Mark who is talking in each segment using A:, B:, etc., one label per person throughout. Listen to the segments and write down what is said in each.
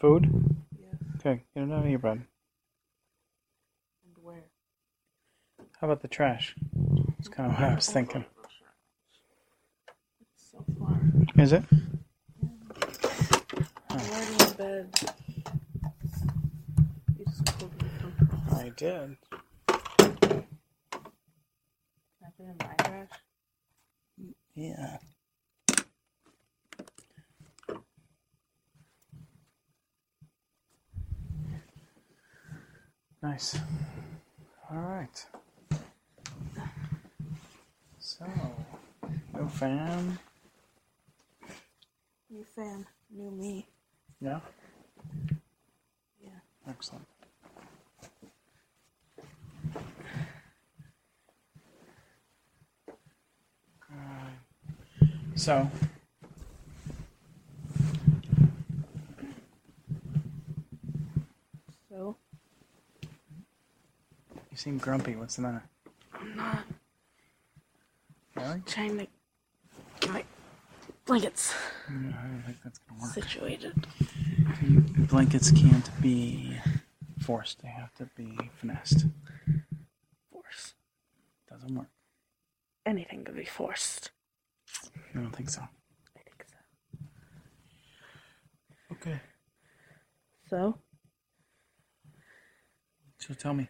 A: Food?
B: Yes.
A: Okay, get it out of here, bud.
B: And where?
A: How about the trash? That's kind of what I was thinking.
B: It's so far.
A: Is it?
B: I'm already in bed. You just pulled me from Can
A: I did.
B: I put in my eyelash?
A: Yeah. Nice. All right. So, no fan.
B: New fan. New me.
A: Yeah.
B: Yeah.
A: Excellent. Alright. So,
B: So?
A: you seem grumpy. What's the matter?
B: I'm not
A: Really?
B: trying to get my blankets
A: Mm, I don't think that's gonna work.
B: situated.
A: Blankets can't be forced. They have to be finessed.
B: Force.
A: Doesn't work.
B: Anything could be forced.
A: I don't think so.
B: I think so.
A: Okay.
B: So?
A: So tell me.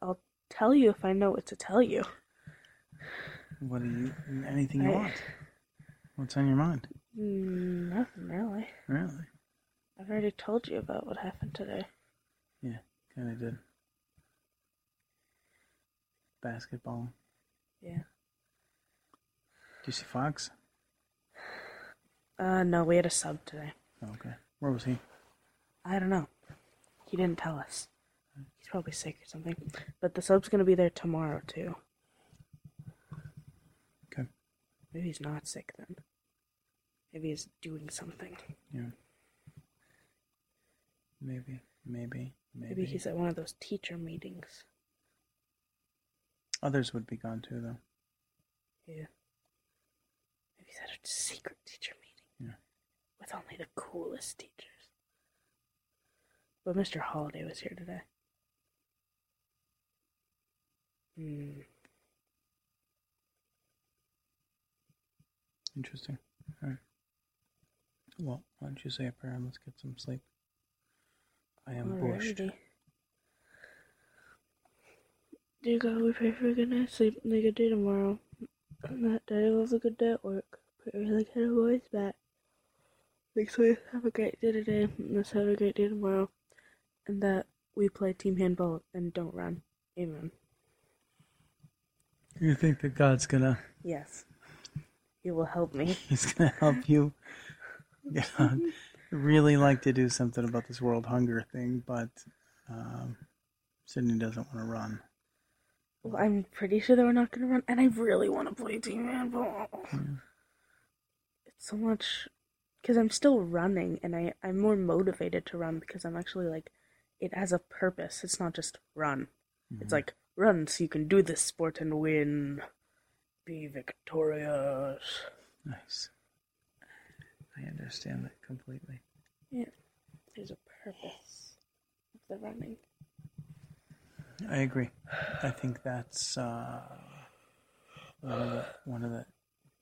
B: I'll tell you if I know what to tell you.
A: What do you? Anything you
B: I-
A: want? What's on your mind?
B: Mm, Nothing really.
A: Really?
B: I've already told you about what happened today.
A: Kind of did. Basketball.
B: Yeah.
A: Do you see Fox?
B: Uh, no, we had a sub today.
A: Oh, okay. Where was he?
B: I don't know. He didn't tell us. He's probably sick or something. But the sub's gonna be there tomorrow too.
A: Okay.
B: Maybe he's not sick then. Maybe he's doing something.
A: Yeah. Maybe. Maybe. Maybe.
B: Maybe he's at one of those teacher meetings.
A: Others would be gone too, though.
B: Yeah. Maybe he's at a secret teacher meeting.
A: Yeah.
B: With only the coolest teachers. But Mr. Holiday was here today. Hmm.
A: Interesting. All right. Well, why don't you say a prayer and let's get some sleep? I am bushed.
B: Alrighty. Dear God, we pray for a good night's sleep and a good day tomorrow. And that Daddy will have a good day at work. Pray for the kiddo boys back. Make sure you have a great day today and let's have a great day tomorrow. And that we play team handball and don't run. Amen.
A: You think that God's gonna
B: Yes. You will help me.
A: He's gonna help you. Yeah, I'd really like to do something about this world hunger thing, but um, Sydney doesn't want to run.
B: Well, I'm pretty sure that we're not going to run, and I really want to play team handball. It's so much because I'm still running, and I I'm more motivated to run because I'm actually like it has a purpose. It's not just run.
A: Mm-hmm.
B: It's like run so you can do this sport and win, be victorious.
A: Nice. I understand that completely.
B: There's a purpose of the running.
A: I agree. I think that's uh, one, of the, one of the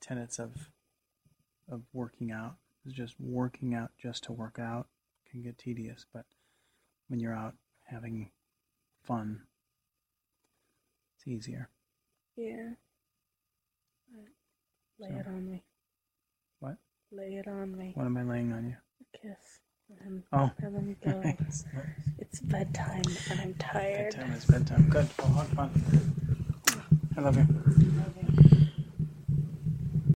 A: tenets of of working out is just working out just to work out can get tedious, but when you're out having fun, it's easier.
B: Yeah. Alright. Lay
A: So-
B: it on me.
A: What?
B: Lay it on me.
A: What am I laying on you?
B: A kiss. And
A: Oh,
B: and then go.
A: nice.
B: It's bedtime and I'm tired.
A: bedtime is bedtime. Good. Well, have fun. I love you.
B: Loving.